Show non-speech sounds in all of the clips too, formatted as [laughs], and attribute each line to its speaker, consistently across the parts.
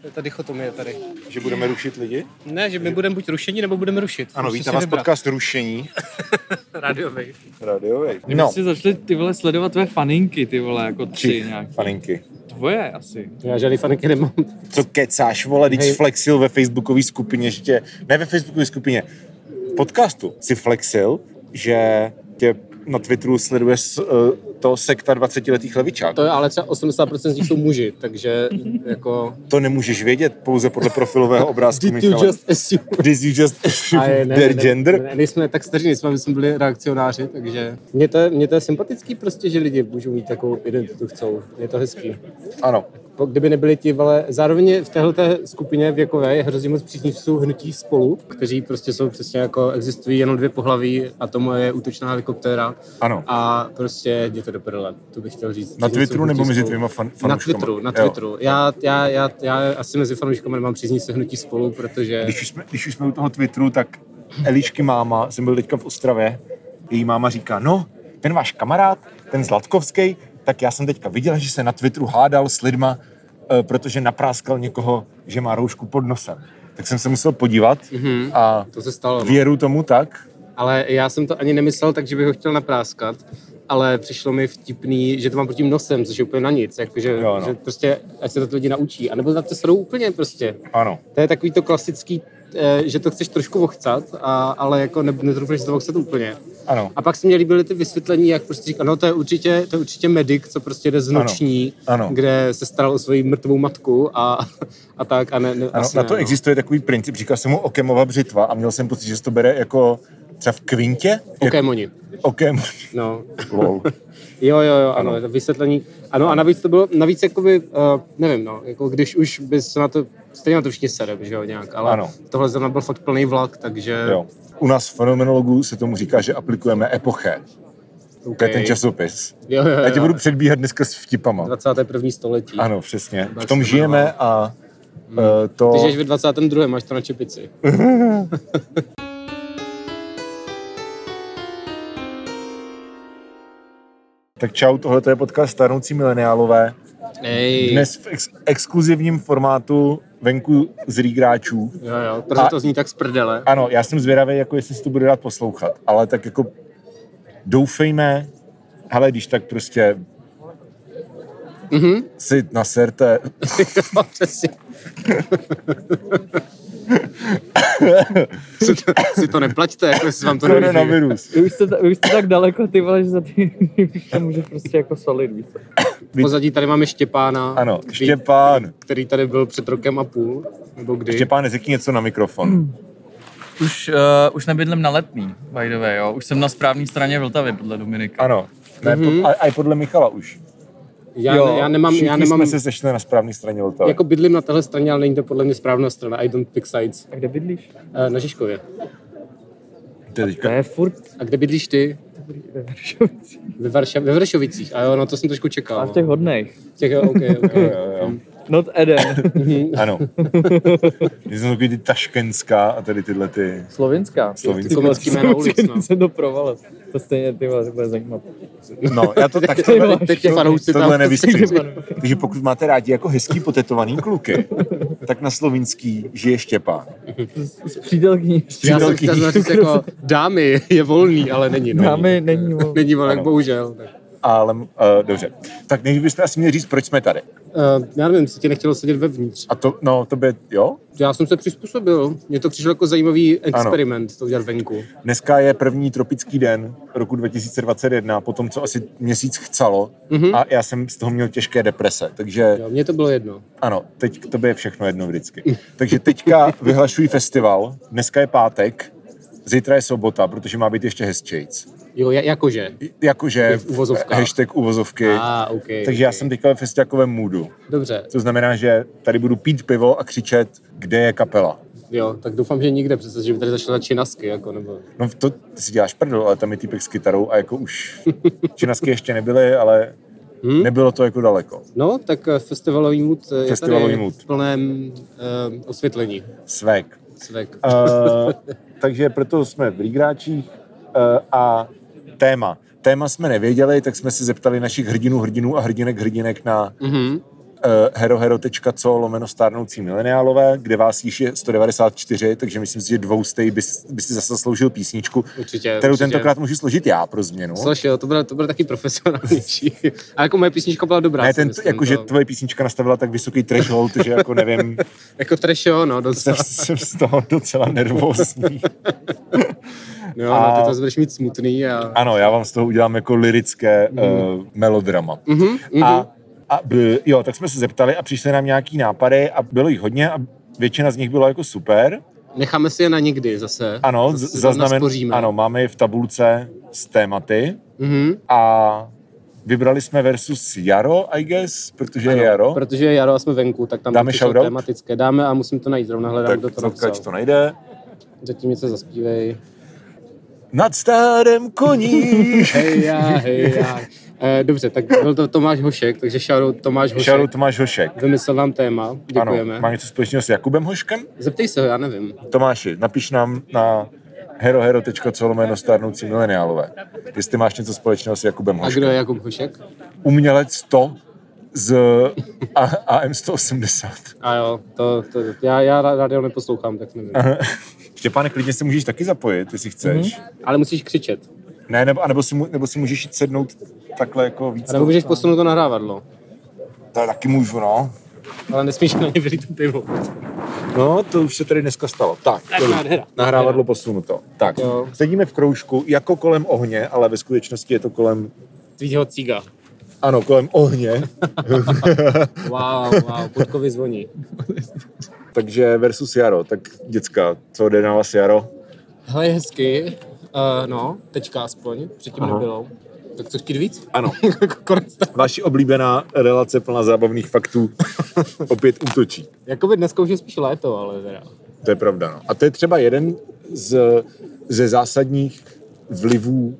Speaker 1: To je ta dichotomie tady.
Speaker 2: Že budeme rušit lidi?
Speaker 1: Ne, že my budeme buď rušení, nebo budeme rušit.
Speaker 2: Ano,
Speaker 1: Musí
Speaker 2: vítám
Speaker 1: si
Speaker 2: vás
Speaker 1: vybrat.
Speaker 2: podcast Rušení.
Speaker 1: Rádiový.
Speaker 2: Radiovej.
Speaker 3: Kdyby
Speaker 2: No,
Speaker 3: si začali ty vole sledovat tvé faninky, ty vole, jako tři
Speaker 2: tři
Speaker 3: nějak.
Speaker 2: faninky.
Speaker 3: Tvoje asi.
Speaker 4: Já žádný faninky nemám.
Speaker 2: Co kecáš, vole, když
Speaker 4: Hej.
Speaker 2: jsi flexil ve facebookové skupině, že tě, ne ve facebookové skupině, v podcastu si flexil, že tě na Twitteru sleduje s, uh, to sekta 20-letých levičák.
Speaker 4: To je ale třeba 80% z nich jsou muži, takže jako...
Speaker 2: To nemůžeš vědět pouze podle profilového obrázku
Speaker 4: Did you
Speaker 2: Michala.
Speaker 4: just assume?
Speaker 2: Did you just assume [laughs] their
Speaker 4: Ne,
Speaker 2: gender?
Speaker 4: ne, nejsme tak staří, nejsme, my jsme byli reakcionáři, takže... Mně to, je, mně to je sympatický prostě, že lidi můžou mít takovou identitu chcou. Je to hezký.
Speaker 2: Ano.
Speaker 4: Po- Kdyby nebyli ti, ale zároveň je v této skupině věkové je hrozně moc příznivců hnutí spolu, kteří prostě jsou přesně jako, existují jenom dvě pohlaví a to moje je útočná helikoptéra.
Speaker 2: Ano.
Speaker 4: A prostě jděte do prdele, to bych chtěl říct.
Speaker 2: No. Na
Speaker 4: Příznivců
Speaker 2: Twitteru
Speaker 4: hnutí
Speaker 2: nebo mezi
Speaker 4: Spolu.
Speaker 2: dvěma fan,
Speaker 4: Na
Speaker 2: fanouškama?
Speaker 4: Twitteru, na
Speaker 2: Jo.
Speaker 4: Twitteru. Já, já, já, já asi mezi fanouškama nemám příznivce hnutí spolu, protože...
Speaker 2: Když už, jsme, když už jsme u toho Twitteru, tak Elišky máma, jsem byl teďka v Ostravě, její máma říká, no, ten váš kamarád, ten Zlatkovský, tak já jsem teďka viděl, že se na Twitteru hádal s lidma, eh, protože napráskal někoho, že má roušku pod nosem. Tak jsem se musel podívat mm-hmm. a
Speaker 4: To se stalo. no.
Speaker 2: věru tomu tak.
Speaker 4: Ale já jsem to ani nemyslel tak, že bych ho chtěl napráskat, ale přišlo mi vtipný, že to mám proti nosem, což je úplně na nic. Jakože,
Speaker 2: Jo,
Speaker 4: jo,
Speaker 2: no.
Speaker 4: no. že prostě, ať se to ty lidi naučí. A nebo na to srou úplně prostě.
Speaker 2: Ano.
Speaker 4: To je takový to klasický, eh, že to chceš trošku ochcat, a, ale jako ne, netroufneš si to ochcat úplně.
Speaker 2: Ano.
Speaker 4: A pak se mě líbily ty vysvětlení, jak prostě říkal, no to je určitě, to je určitě medic, co prostě jde z noční,
Speaker 2: Ano.
Speaker 4: kde se staral o svoji mrtvou matku a, a tak. A ne, ne,
Speaker 2: Ano,
Speaker 4: asi
Speaker 2: na
Speaker 4: ne,
Speaker 2: to
Speaker 4: no.
Speaker 2: existuje takový princip, říká se mu Okemova břitva a měl jsem pocit, že se to bere jako třeba v kvintě. Jak,
Speaker 4: Pokémoni.
Speaker 2: Okem.
Speaker 4: No.
Speaker 2: Lol.
Speaker 4: Jo, jo, jo, ano, ano. vysvětlení. Ano, a navíc to bylo, navíc jakoby, uh, nevím, no, jako když už by se na to, stejně na to všichni serem, že jo, nějak, ale
Speaker 2: Ano.
Speaker 4: ano. tohle zrovna byl fakt plný vlak, takže...
Speaker 2: Jo. U nás fenomenologů se tomu říká, že aplikujeme epoché.
Speaker 4: okay.
Speaker 2: To je ten časopis.
Speaker 4: Jo, jo, jo.
Speaker 2: Já tě budu předbíhat dneska s vtipama.
Speaker 4: 21. století.
Speaker 2: Ano, přesně. V
Speaker 4: Tak
Speaker 2: tom
Speaker 4: se
Speaker 2: žijeme a eh, to...
Speaker 4: Hmm. Ty žiješ ve 22. máš to na čepici.
Speaker 2: Tak čau, tohle je podcast Starnoucí mileniálové.
Speaker 4: Ej,
Speaker 2: Dnes v ex- exkluzivním formátu venku z rýgráčů.
Speaker 4: jo, jo, protože
Speaker 2: A-
Speaker 4: to zní tak z prdele.
Speaker 2: Ano, já jsem zvědavý, jako jestli si to bude dát poslouchat, ale tak jako doufejme, hele, když tak prostě
Speaker 4: Mhm.
Speaker 2: si naserte
Speaker 4: Jo, přesně. si, to, si to neplaťte, jako jestli vám to nevyžije.
Speaker 2: koronavirus.
Speaker 3: Vy už, jste, vy už jste tak daleko, ty vole, že za ty [laughs] už to může prostě jako solid, víc.
Speaker 4: Pozadí tady máme Štěpána.
Speaker 2: Ano,
Speaker 4: který-
Speaker 2: Štěpán.
Speaker 4: který tady byl před rokem a půl, nebo kdy.
Speaker 2: Štěpán, řekni něco na
Speaker 4: Hmm.
Speaker 2: mikrofon.
Speaker 3: Už, uh, už nebydlím na letný, by the way, jo. Už jsem na správné straně Vltavy, podle Dominika.
Speaker 2: Ano, ne, mm-hmm. po, a, a i podle Michala už.
Speaker 4: Já, jo, Mhm. já nemám,
Speaker 2: všichni
Speaker 4: já nemám
Speaker 2: jsme se sešli na správné straně Vltavy.
Speaker 4: jako bydlím na téhle straně, ale není to podle mě správná strana. I don't pick sides.
Speaker 3: A kde bydlíš?
Speaker 4: Eh, Na Žižkově.
Speaker 2: To je teďka-
Speaker 3: To je furt [laughs]
Speaker 4: A kde bydlíš ty?
Speaker 3: ve Vršovicích,
Speaker 4: Ve, Varša- ve Vršovicích. A jo, no to jsem trošku
Speaker 3: ale
Speaker 4: čekal.
Speaker 3: v těch hodných.
Speaker 4: těch jo, okay, okay.
Speaker 2: [laughs] Jo, jo.
Speaker 3: Not
Speaker 2: [laughs]
Speaker 3: Eden,
Speaker 2: Ano.
Speaker 4: [laughs]
Speaker 2: Ty jsou takový ty taškenská a tady tyhle ty
Speaker 3: Slovinská.
Speaker 4: Ty
Speaker 2: slovinské.
Speaker 4: komický jména ulic,
Speaker 2: [laughs]
Speaker 4: no.
Speaker 3: Se do provalu. To stejně ty vás bude zajímat.
Speaker 2: No, já [laughs] to tak
Speaker 4: Tohle- teď tě fanoušci
Speaker 2: tohle
Speaker 4: tam- [laughs]
Speaker 2: nevysvětlím.
Speaker 4: Ty
Speaker 2: Takže pokud máte rádi jako hezký potetovaný kluky, tak na slovinský žije Štěpán.
Speaker 3: S, s přítelkyní.
Speaker 4: Já jsem
Speaker 2: Přítelkyní.
Speaker 4: chtěl říct, jako dámy je volný, ale není. No.
Speaker 3: Dámy není moc.
Speaker 4: Není volný,
Speaker 2: Ano.
Speaker 4: bohužel. Tak.
Speaker 2: Ale uh, dobře. Tak než byste asi měli říct, proč jsme tady.
Speaker 4: Uh, já nevím, se tě nechtělo sedět vevnitř.
Speaker 2: A to, no, to by, jo?
Speaker 4: Já jsem se přizpůsobil. Mně to přišlo jako zajímavý experiment to udělat venku.
Speaker 2: Dneska je první tropický den roku 2021, po tom, co asi měsíc chcelo. Mm-hmm.
Speaker 4: Mhm.
Speaker 2: A já jsem z toho měl těžké deprese. Takže
Speaker 4: Jo, mně to bylo jedno.
Speaker 2: Ano, teď k tobě je všechno jedno vždycky.
Speaker 4: [laughs]
Speaker 2: Takže teďka vyhlašuji festival, dneska je pátek, zítra je sobota, protože má být ještě hezčejc.
Speaker 4: Jo, ja- jakože.
Speaker 2: I- Jakože
Speaker 4: V uvozovkách.
Speaker 2: hashtag uvozovky.
Speaker 4: A, ah, okay,
Speaker 2: Takže já
Speaker 4: okay.
Speaker 2: jsem teďka ve festiákovém moodu.
Speaker 4: Dobře,
Speaker 2: To znamená, že tady budu pít pivo a křičet, kde je kapela.
Speaker 4: jo, tak doufám, že nikde, přece, že by tady začaly činasky, jako, nebo...
Speaker 2: No to ty si děláš prdel, ale tam je týpek s kytarou a jako už činasky ještě nebyly, ale hmm? nebylo to jako daleko.
Speaker 4: No, tak eh, festivalový mood eh, je
Speaker 2: Festivalový
Speaker 4: tady
Speaker 2: mood.
Speaker 4: v plném uh, osvětlení.
Speaker 2: Svek.
Speaker 4: Svek.
Speaker 2: Eh, takže proto jsme v Lígráčích eh, a téma. Téma jsme nevěděli, tak jsme se zeptali našich hrdinů, hrdinů a hrdinek, hrdinek na
Speaker 4: Mhm.
Speaker 2: eh, herohero.co lomeno stárnoucí mileniálové, kde vás již je 194, takže myslím si, že dvoustej by, by si zase sloužil písničku,
Speaker 4: Určitě,
Speaker 2: kterou
Speaker 4: určitě.
Speaker 2: tentokrát můžu složit já pro změnu.
Speaker 4: Slaš, jo, to bude, to bude taky profesionálnější. A jako moje písnička byla dobrá.
Speaker 2: ne,
Speaker 4: si
Speaker 2: ten,
Speaker 4: myslím,
Speaker 2: jakože
Speaker 4: to-
Speaker 2: tvoje písnička nastavila tak vysoký threshold, že
Speaker 4: [laughs]
Speaker 2: jako nevím,
Speaker 4: Jako trash, jo, no,
Speaker 2: jsem,
Speaker 4: docela.
Speaker 2: jsem z toho docela nervózní.
Speaker 4: Jo,
Speaker 2: A-
Speaker 4: no, ty to budeš mít smutný a...
Speaker 2: Ano, já vám z toho udělám jako lirické mm. uh, melodrama.
Speaker 4: Mhm, mhm.
Speaker 2: A, a b, jo, tak jsme se zeptali a přišly nám nějaký nápady a bylo jich hodně a většina z nich byla jako super.
Speaker 4: Necháme si je na někdy zase.
Speaker 2: Ano,
Speaker 4: Zase
Speaker 2: z-
Speaker 4: tam
Speaker 2: zaznamen,
Speaker 4: naspoříme.
Speaker 2: ano, máme je v tabulce s tématy
Speaker 4: Mhm.
Speaker 2: a vybrali jsme versus jaro, I guess, protože ano, je jaro.
Speaker 4: Protože je jaro a jsme venku, tak tam
Speaker 2: Dáme
Speaker 4: taky jsou
Speaker 2: shoutout?
Speaker 4: tematické. Dáme a musím to najít, zrovna hledám, kdo
Speaker 2: tak
Speaker 4: to
Speaker 2: zatkač
Speaker 4: napsal.
Speaker 2: to nejde.
Speaker 4: Zatím něco zaspívej.
Speaker 2: Nad stárem koní.
Speaker 4: Hej já, hej já. Eh, dobře, tak byl to Tomáš Hošek, takže shoutout Tomáš [laughs] Hošek.
Speaker 2: Šaru Tomáš Hošek.
Speaker 4: Vymyslel nám téma, děkujeme.
Speaker 2: Ano, má něco společného s Jakubem Hoškem?
Speaker 4: Zeptej se ho, já nevím.
Speaker 2: Tomáši, napiš nám na herohero.co lomeno stárnoucí mileniálové, jestli máš něco společného s Jakubem
Speaker 4: A
Speaker 2: Hoškem.
Speaker 4: kdo je Jakub Hošek?
Speaker 2: Umělec to z A- AM180.
Speaker 4: A jo, to, to já, já ra- rádio neposlouchám, tak nevím. Aha.
Speaker 2: [laughs] Štěpáne, klidně se můžeš taky zapojit, jestli chceš. Mm-hmm.
Speaker 4: Ale musíš křičet.
Speaker 2: Ne, nebo, anebo si, mu- nebo si můžeš jít sednout takhle jako víc.
Speaker 4: A nebo můžeš posunout to nahrávadlo.
Speaker 2: To je taky můžu, no.
Speaker 4: Ale nesmíš na ně vylít pivo.
Speaker 2: No, to už se tady dneska stalo. Tak,
Speaker 4: Tak nádhera.
Speaker 2: nahrávadlo posunuto. Tak,
Speaker 4: Jo.
Speaker 2: sedíme v kroužku jako kolem ohně, ale ve skutečnosti je to kolem,
Speaker 4: Tvýho cíga.
Speaker 2: ano, kolem ohně. [laughs]
Speaker 4: Wow, wow, podkovy zvoní.
Speaker 2: Takže versus Jaro, tak děcka, co jde na vás Jaro?
Speaker 4: Hele, je hezky. Uh, no, teďka aspoň, předtím Aha. nebylo. Tak co chtít víc? [laughs] Jako
Speaker 2: Ano.
Speaker 4: Konec tak.
Speaker 2: Vaši oblíbená relace plná zábavných faktů opět útočí.
Speaker 4: Jakoby dneska už je spíš léto, ale teda.
Speaker 2: To je pravda. No. A to je třeba jeden z, ze zásadních vlivů uh,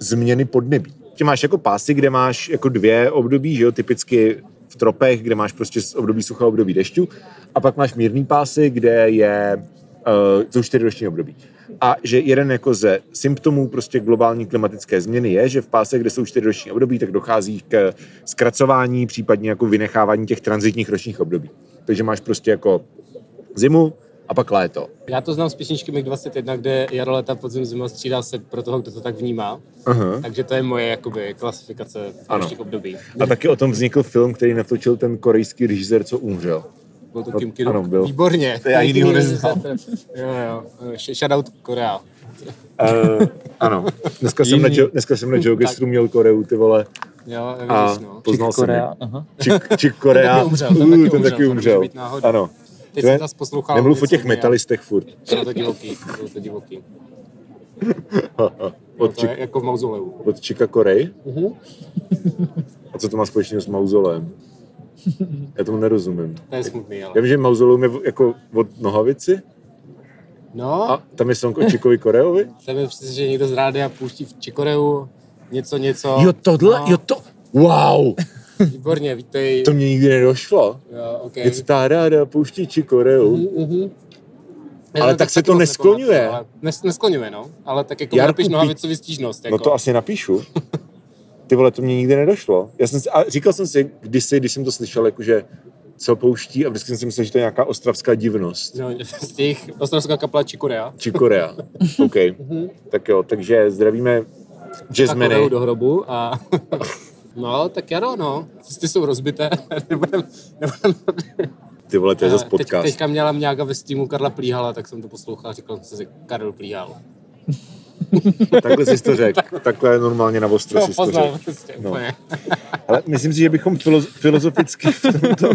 Speaker 2: změny podnebí. Ty máš jako pásy, kde máš jako dvě období, že jo, typicky v tropech, kde máš prostě z období sucha, období dešťu, a pak máš mírný pásy, kde je uh, to čtyři roční období. A že jeden jako ze symptomů prostě globální klimatické změny je, že v pásech, kde jsou čtyři roční období, tak dochází k zkracování, případně jako vynechávání těch transitních ročních období. Takže máš prostě jako zimu a pak léto.
Speaker 4: Já to znám z písničky MiG 21, kde jaro, léta, podzim, zima střídá se pro toho, kdo to tak vnímá.
Speaker 2: Aha.
Speaker 4: Takže to je moje jakoby, klasifikace
Speaker 2: Ano.
Speaker 4: ročních období.
Speaker 2: A taky o tom vznikl film, který natočil ten korejský režisér, co umřel.
Speaker 4: Byl to
Speaker 2: No,
Speaker 4: Kim Ki-duk.
Speaker 2: ano, byl.
Speaker 4: Výborně.
Speaker 2: To já jinýho neznám.
Speaker 4: Jo, jo. Sh- Shoutout Korea.
Speaker 2: Uh, ano. Dneska jsem, na,
Speaker 3: Jiný.
Speaker 2: Jo- dneska jsem na Geogestru měl Koreu, ty vole,
Speaker 4: Jo,
Speaker 2: a
Speaker 4: vidíš, no.
Speaker 2: poznal jsem
Speaker 3: Korea,
Speaker 2: ji.
Speaker 3: aha.
Speaker 4: [laughs]
Speaker 2: Čik, čik Korea.
Speaker 4: Ten taky umřel, ten taky umřel,
Speaker 2: Uh, ten taky
Speaker 4: to může
Speaker 2: umřel.
Speaker 4: být náhoda.
Speaker 2: Ano.
Speaker 4: Teď
Speaker 2: To
Speaker 4: jsem
Speaker 2: je-
Speaker 4: zas poslouchal
Speaker 2: Nemluv o
Speaker 4: něco
Speaker 2: těch
Speaker 4: jiného.
Speaker 2: metalistech furt. [laughs]
Speaker 4: Bylo to divoký, bylo to divoký. No,
Speaker 2: Od,
Speaker 4: to
Speaker 2: čik,
Speaker 4: je jako v mauzoleu.
Speaker 2: od Čika Korej? A co to má společného s mauzolem? Já tomu nerozumím.
Speaker 4: To je smutný, ale.
Speaker 2: Já vím, že mauzoleum je jako od nohavici
Speaker 4: No,
Speaker 2: a tam je song o Čikovi Koreovi.
Speaker 4: to je přece, že někdo z rádia pouští v Čikoreu něco, něco. no,
Speaker 2: to, wow,
Speaker 4: Výborně, vítej.
Speaker 2: to mě nikdy nedošlo.
Speaker 4: Jo, okay.
Speaker 2: Je to ta ráda pouští či
Speaker 4: Hmm.
Speaker 2: Koreu.
Speaker 4: Já
Speaker 2: ale
Speaker 4: jsem
Speaker 2: tak se
Speaker 4: taky
Speaker 2: to
Speaker 4: moc
Speaker 2: nesklonuje.
Speaker 4: nepamatuju, ale- Nes, nesklonuje, no. Ale tak jako
Speaker 2: Jarku,
Speaker 4: napiš
Speaker 2: ty-
Speaker 4: nohavicový stížnost. Jako.
Speaker 2: No to asi napíšu. Ty vole, to mě nikdy nedošlo. Já jsem si, a říkal jsem si kdysi, když jsem to slyšel, jakože co pouští a vždycky jsem si myslel, že to je nějaká ostravská divnost.
Speaker 4: No, [laughs] z těch ostrovská kapela Čikorea.
Speaker 2: Či Korea.
Speaker 4: [laughs]
Speaker 2: OK. tak jo, takže zdravíme
Speaker 4: Takovou
Speaker 2: jazzmeny.
Speaker 4: Mhm. do hrobu a... [laughs] No, tak jaro, no. Cesty jsou rozbité. [laughs] nebudem, nebudem...
Speaker 2: Ty vole, to je zase
Speaker 4: Teď,
Speaker 2: podcast.
Speaker 4: teďka měla nějaká ve streamu Karla Plíhala, tak jsem to poslouchal a říkal jsem si, Karel Plíhal.
Speaker 2: Takhle jsi
Speaker 4: [laughs]
Speaker 2: to řekl. Takhle normálně na ostro
Speaker 4: No,
Speaker 2: jsi to
Speaker 4: poznal,
Speaker 2: řekl.
Speaker 4: prostě,
Speaker 2: No.
Speaker 4: úplně.
Speaker 2: Ale myslím si, že bychom filo- filozoficky v tomto,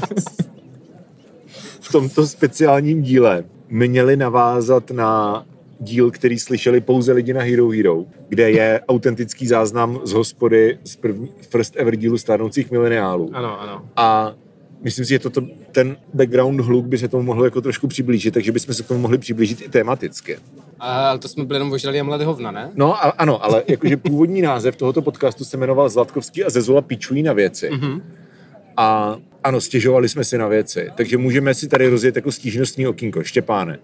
Speaker 2: v tomto speciálním díle měli navázat na díl, který slyšeli pouze lidi na Hero Hero, kde je autentický záznam z hospody z první, first ever dílu stárnoucích mileniálů.
Speaker 4: Ano, ano.
Speaker 2: A myslím si, že toto, ten background hluk by se tomu mohl jako trošku přiblížit, takže bychom se k tomu mohli přiblížit i tematicky.
Speaker 4: A, ale to jsme byli jenom ožrali a mladý hovna, ne?
Speaker 2: No a, ano,
Speaker 3: [laughs]
Speaker 2: ale jakože původní název tohoto podcastu se jmenoval Zlatkovský a Zezula pičují na věci. Mm-hmm.
Speaker 3: Mhm.
Speaker 2: A ano, stěžovali jsme si na věci. Takže můžeme si tady rozjet jako stížnostní okýnko. Štěpáne,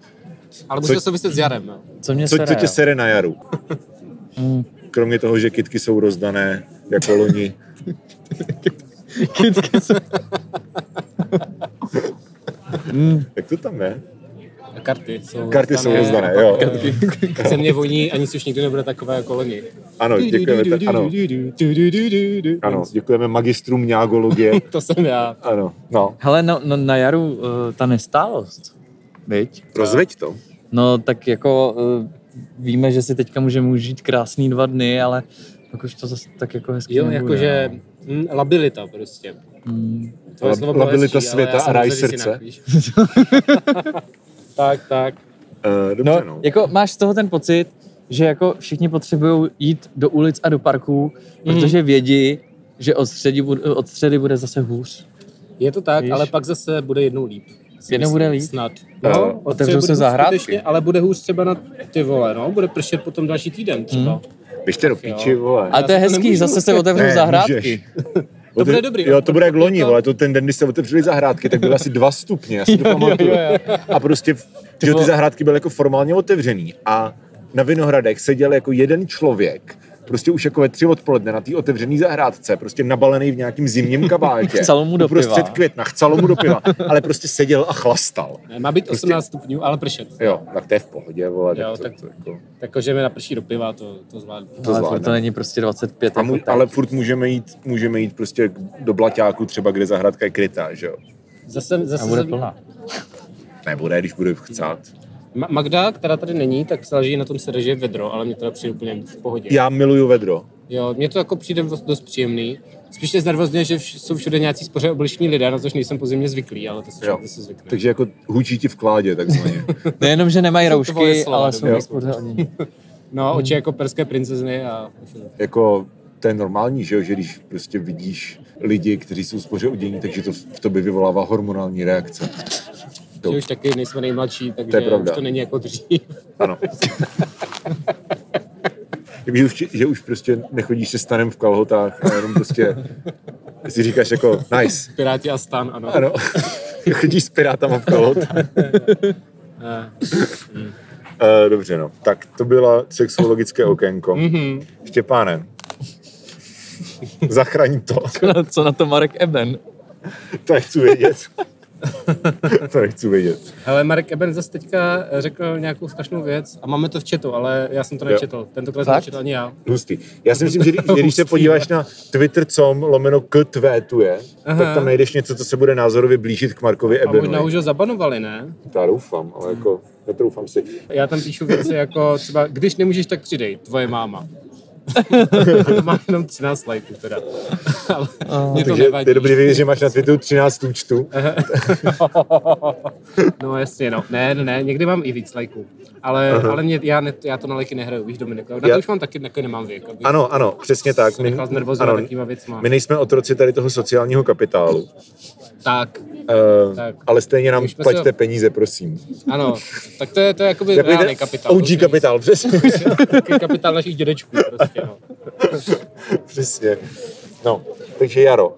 Speaker 4: Ale musel souviset s jarem. no.
Speaker 3: Co mě
Speaker 2: co,
Speaker 3: sere,
Speaker 2: co tě
Speaker 3: jo?
Speaker 2: sere na
Speaker 3: [laughs]
Speaker 2: jaru? Kromě toho, že kitky jsou rozdané jako loni.
Speaker 3: Kytky jsou-
Speaker 2: Jak to tam je?
Speaker 4: A karty jsou
Speaker 2: Karty jsou rozdané, jo.
Speaker 4: Se mě voní, ani už nikdy nebude takové jako loni.
Speaker 2: Ano, děkujeme. ta- No, Ano, ano, děkujeme magistrům
Speaker 3: [laughs]
Speaker 2: nějakologie.
Speaker 4: To jsem já.
Speaker 2: Ano, no.
Speaker 3: Hele, no, no na jaru uh, ta nestálost, viď?
Speaker 2: Rozveď to.
Speaker 3: No tak jako uh, víme, že si teďka můžeme užít krásný dva dny, ale pak už to zase tak jako hezky
Speaker 4: Jo,
Speaker 3: nebude,
Speaker 4: jakože
Speaker 3: no.
Speaker 4: mm, labilita prostě.
Speaker 3: Mm.
Speaker 4: Tvoje
Speaker 2: Hmm. Lab-
Speaker 4: slovo bylo
Speaker 2: labilita
Speaker 4: hezčí, ale
Speaker 2: světa
Speaker 4: já jsem
Speaker 2: a ráj
Speaker 4: rozvedl
Speaker 2: srdce.
Speaker 4: jinak, víš. [laughs] tak, tak.
Speaker 2: Eh, dobře,
Speaker 3: No,
Speaker 2: no.
Speaker 3: jako máš z toho ten pocit, že jako všichni potřebují jít do ulic a do parků,
Speaker 4: Mhm.
Speaker 3: protože vědí, že od středy, bude, od středy bude zase hůř.
Speaker 4: Je to tak,
Speaker 3: Víš?
Speaker 4: ale pak zase bude jednou líp. Si myslím,
Speaker 3: bude líp?
Speaker 4: Snad.
Speaker 2: Eh,
Speaker 4: od třeba
Speaker 3: otevřou se
Speaker 4: bude hůř
Speaker 3: zahrádky.
Speaker 4: No, skutečně, Ale bude hůř třeba na ty vole, no. Bude pršet potom další týden třeba.
Speaker 3: Hmm.
Speaker 2: Běžte do píči, vole.
Speaker 3: Ale to je
Speaker 4: Já si to
Speaker 3: hezký,
Speaker 4: nemůžu.
Speaker 3: zase se otevřou
Speaker 2: Ne,
Speaker 3: zahrádky.
Speaker 2: můžeš.
Speaker 4: To bude dobrý,
Speaker 2: Jo,
Speaker 4: ale
Speaker 2: to bude jak
Speaker 4: potom
Speaker 2: loni,
Speaker 4: to-
Speaker 2: ale to ten den, kdy se otevřeli zahrádky, tak byly asi dva stupně, já si to pamatuju. A prostě, v- že jo, ty
Speaker 3: vole.
Speaker 2: zahrádky byly jako formálně otevřený a na Vinohradech seděl jako jeden člověk, prostě už jako ve tři odpoledne na té otevřené zahrádce, prostě nabalený v nějakým zimním kabátě.
Speaker 3: Chcelo mu do
Speaker 2: Uprostřed
Speaker 3: piva.
Speaker 2: května, chcelo mu do piva, ale prostě seděl a chlastal.
Speaker 4: Ne, Má být
Speaker 3: Prostě-
Speaker 4: 18 stupňů, ale pršet.
Speaker 2: Jo, tak to je v pohodě, vole.
Speaker 4: Jo,
Speaker 2: to,
Speaker 4: tak-
Speaker 2: to, jako...
Speaker 4: Takže mi naprší do piva, to, to zvládnu.
Speaker 2: to
Speaker 3: ale
Speaker 2: zvládne.
Speaker 3: to není prostě 25.
Speaker 2: A
Speaker 3: Jako
Speaker 2: mu,
Speaker 3: tak.
Speaker 2: ale furt můžeme jít, můžeme jít prostě do Blaťáku třeba, kde zahrádka je krytá, že jo?
Speaker 4: Zase, zase
Speaker 3: a bude
Speaker 4: jsem-
Speaker 3: plná.
Speaker 2: Nebude, když bude chcát.
Speaker 4: Ma- Magda, která tady není, tak psala, že jí na tom se je vedro, ale mě teda přijde úplně v pohodě.
Speaker 2: Já miluju vedro.
Speaker 4: Jo, mě to jako přijde dost, dost příjemný. Spíš je znervozně, že vš- jsou všude nějací spoře obliční lidé, na což nejsem pozimně zvyklý, ale to se
Speaker 2: Jo.
Speaker 4: člověk se zvykne.
Speaker 2: Takže jako hučí ti v kládě, takzvaně. [laughs]
Speaker 3: Nejenom, že nemají
Speaker 4: Jsou tvoje
Speaker 3: roušky,
Speaker 4: slova,
Speaker 3: ale jsou
Speaker 4: dobrý.
Speaker 3: hospodě oni.
Speaker 4: No, oči jako perské princezny a
Speaker 2: jako to je normální, že jo, že když prostě vidíš lidi, kteří jsou spoře odění, takže to v tobě vyvolává hormonální reakce. To,
Speaker 4: že už taky nejsme nejmladší, takže
Speaker 2: je pravda.
Speaker 4: už to není jako dřív. [laughs]
Speaker 2: ano. Takže už, [laughs] že už prostě nechodíš se stanem v kalhotách a jenom prostě si říkáš jako nice.
Speaker 4: Piráti a stan, ano.
Speaker 2: Ano. [laughs] Chodíš s pirátama v kalhotách.
Speaker 4: Ne.
Speaker 2: Eh, Dobře, no. Tak to byla sexuologické okénko.
Speaker 4: Mhm.
Speaker 2: Štěpáne, zachraň to.
Speaker 3: [laughs]
Speaker 2: [laughs]
Speaker 3: Co na to Marek Eben?
Speaker 2: To nechci vědět. To nechci vědět.
Speaker 4: Ale Marek Eben zase teďka řekl nějakou strašnou věc a máme to v chatu, ale já jsem to
Speaker 2: Jo.
Speaker 4: nečetl. Tentokrát jsem
Speaker 3: Fakt?
Speaker 4: nečetl ani já.
Speaker 2: Hustý. Já si myslím, že, kdy- že když se
Speaker 4: Hustý,
Speaker 2: podíváš na twitter.com lomeno ktvétuje, tak
Speaker 4: Aha.
Speaker 2: tam najdeš něco, co se bude názorově blížit k Markovi
Speaker 4: A možná
Speaker 2: Ebenovi.
Speaker 4: už ho zabanovali, ne?
Speaker 2: Já doufám, ale jako netroufám si.
Speaker 4: Já tam píšu věci jako třeba, když nemůžeš, tak přidej, tvoje máma. [laughs] to má jenom 13 lajků teda. [laughs] Ale mě to
Speaker 2: Takže
Speaker 4: nevadí.
Speaker 2: je dobrý vědět, že máš na Twitteru 13 účtů.
Speaker 4: No jasně, no. Ne, ne, ne, někdy mám i víc lajků. Ale, ale mě, já, ne, já to na lajky nehraju, víš Dominiko. Na
Speaker 2: Já-
Speaker 4: to už mám taky, taky nemám věk. Abych
Speaker 2: Ano, ano, přesně tak.
Speaker 4: se nechal znervozovat takovýma věcma.
Speaker 2: my nejsme otroci tady toho sociálního kapitálu,
Speaker 4: Tak,
Speaker 2: uh,
Speaker 4: Tak.
Speaker 2: ale stejně nám
Speaker 4: Už jsme se-
Speaker 2: plaťte peníze, prosím.
Speaker 4: ano. Tak to je, to je jakoby
Speaker 2: Takový
Speaker 4: reálný
Speaker 2: ten
Speaker 4: kapitál.
Speaker 2: OG kapitál, přesně.
Speaker 4: Takový kapitál našich dědečků prostě, no.
Speaker 2: [laughs] Přesně. No, takže Jaro. Uh,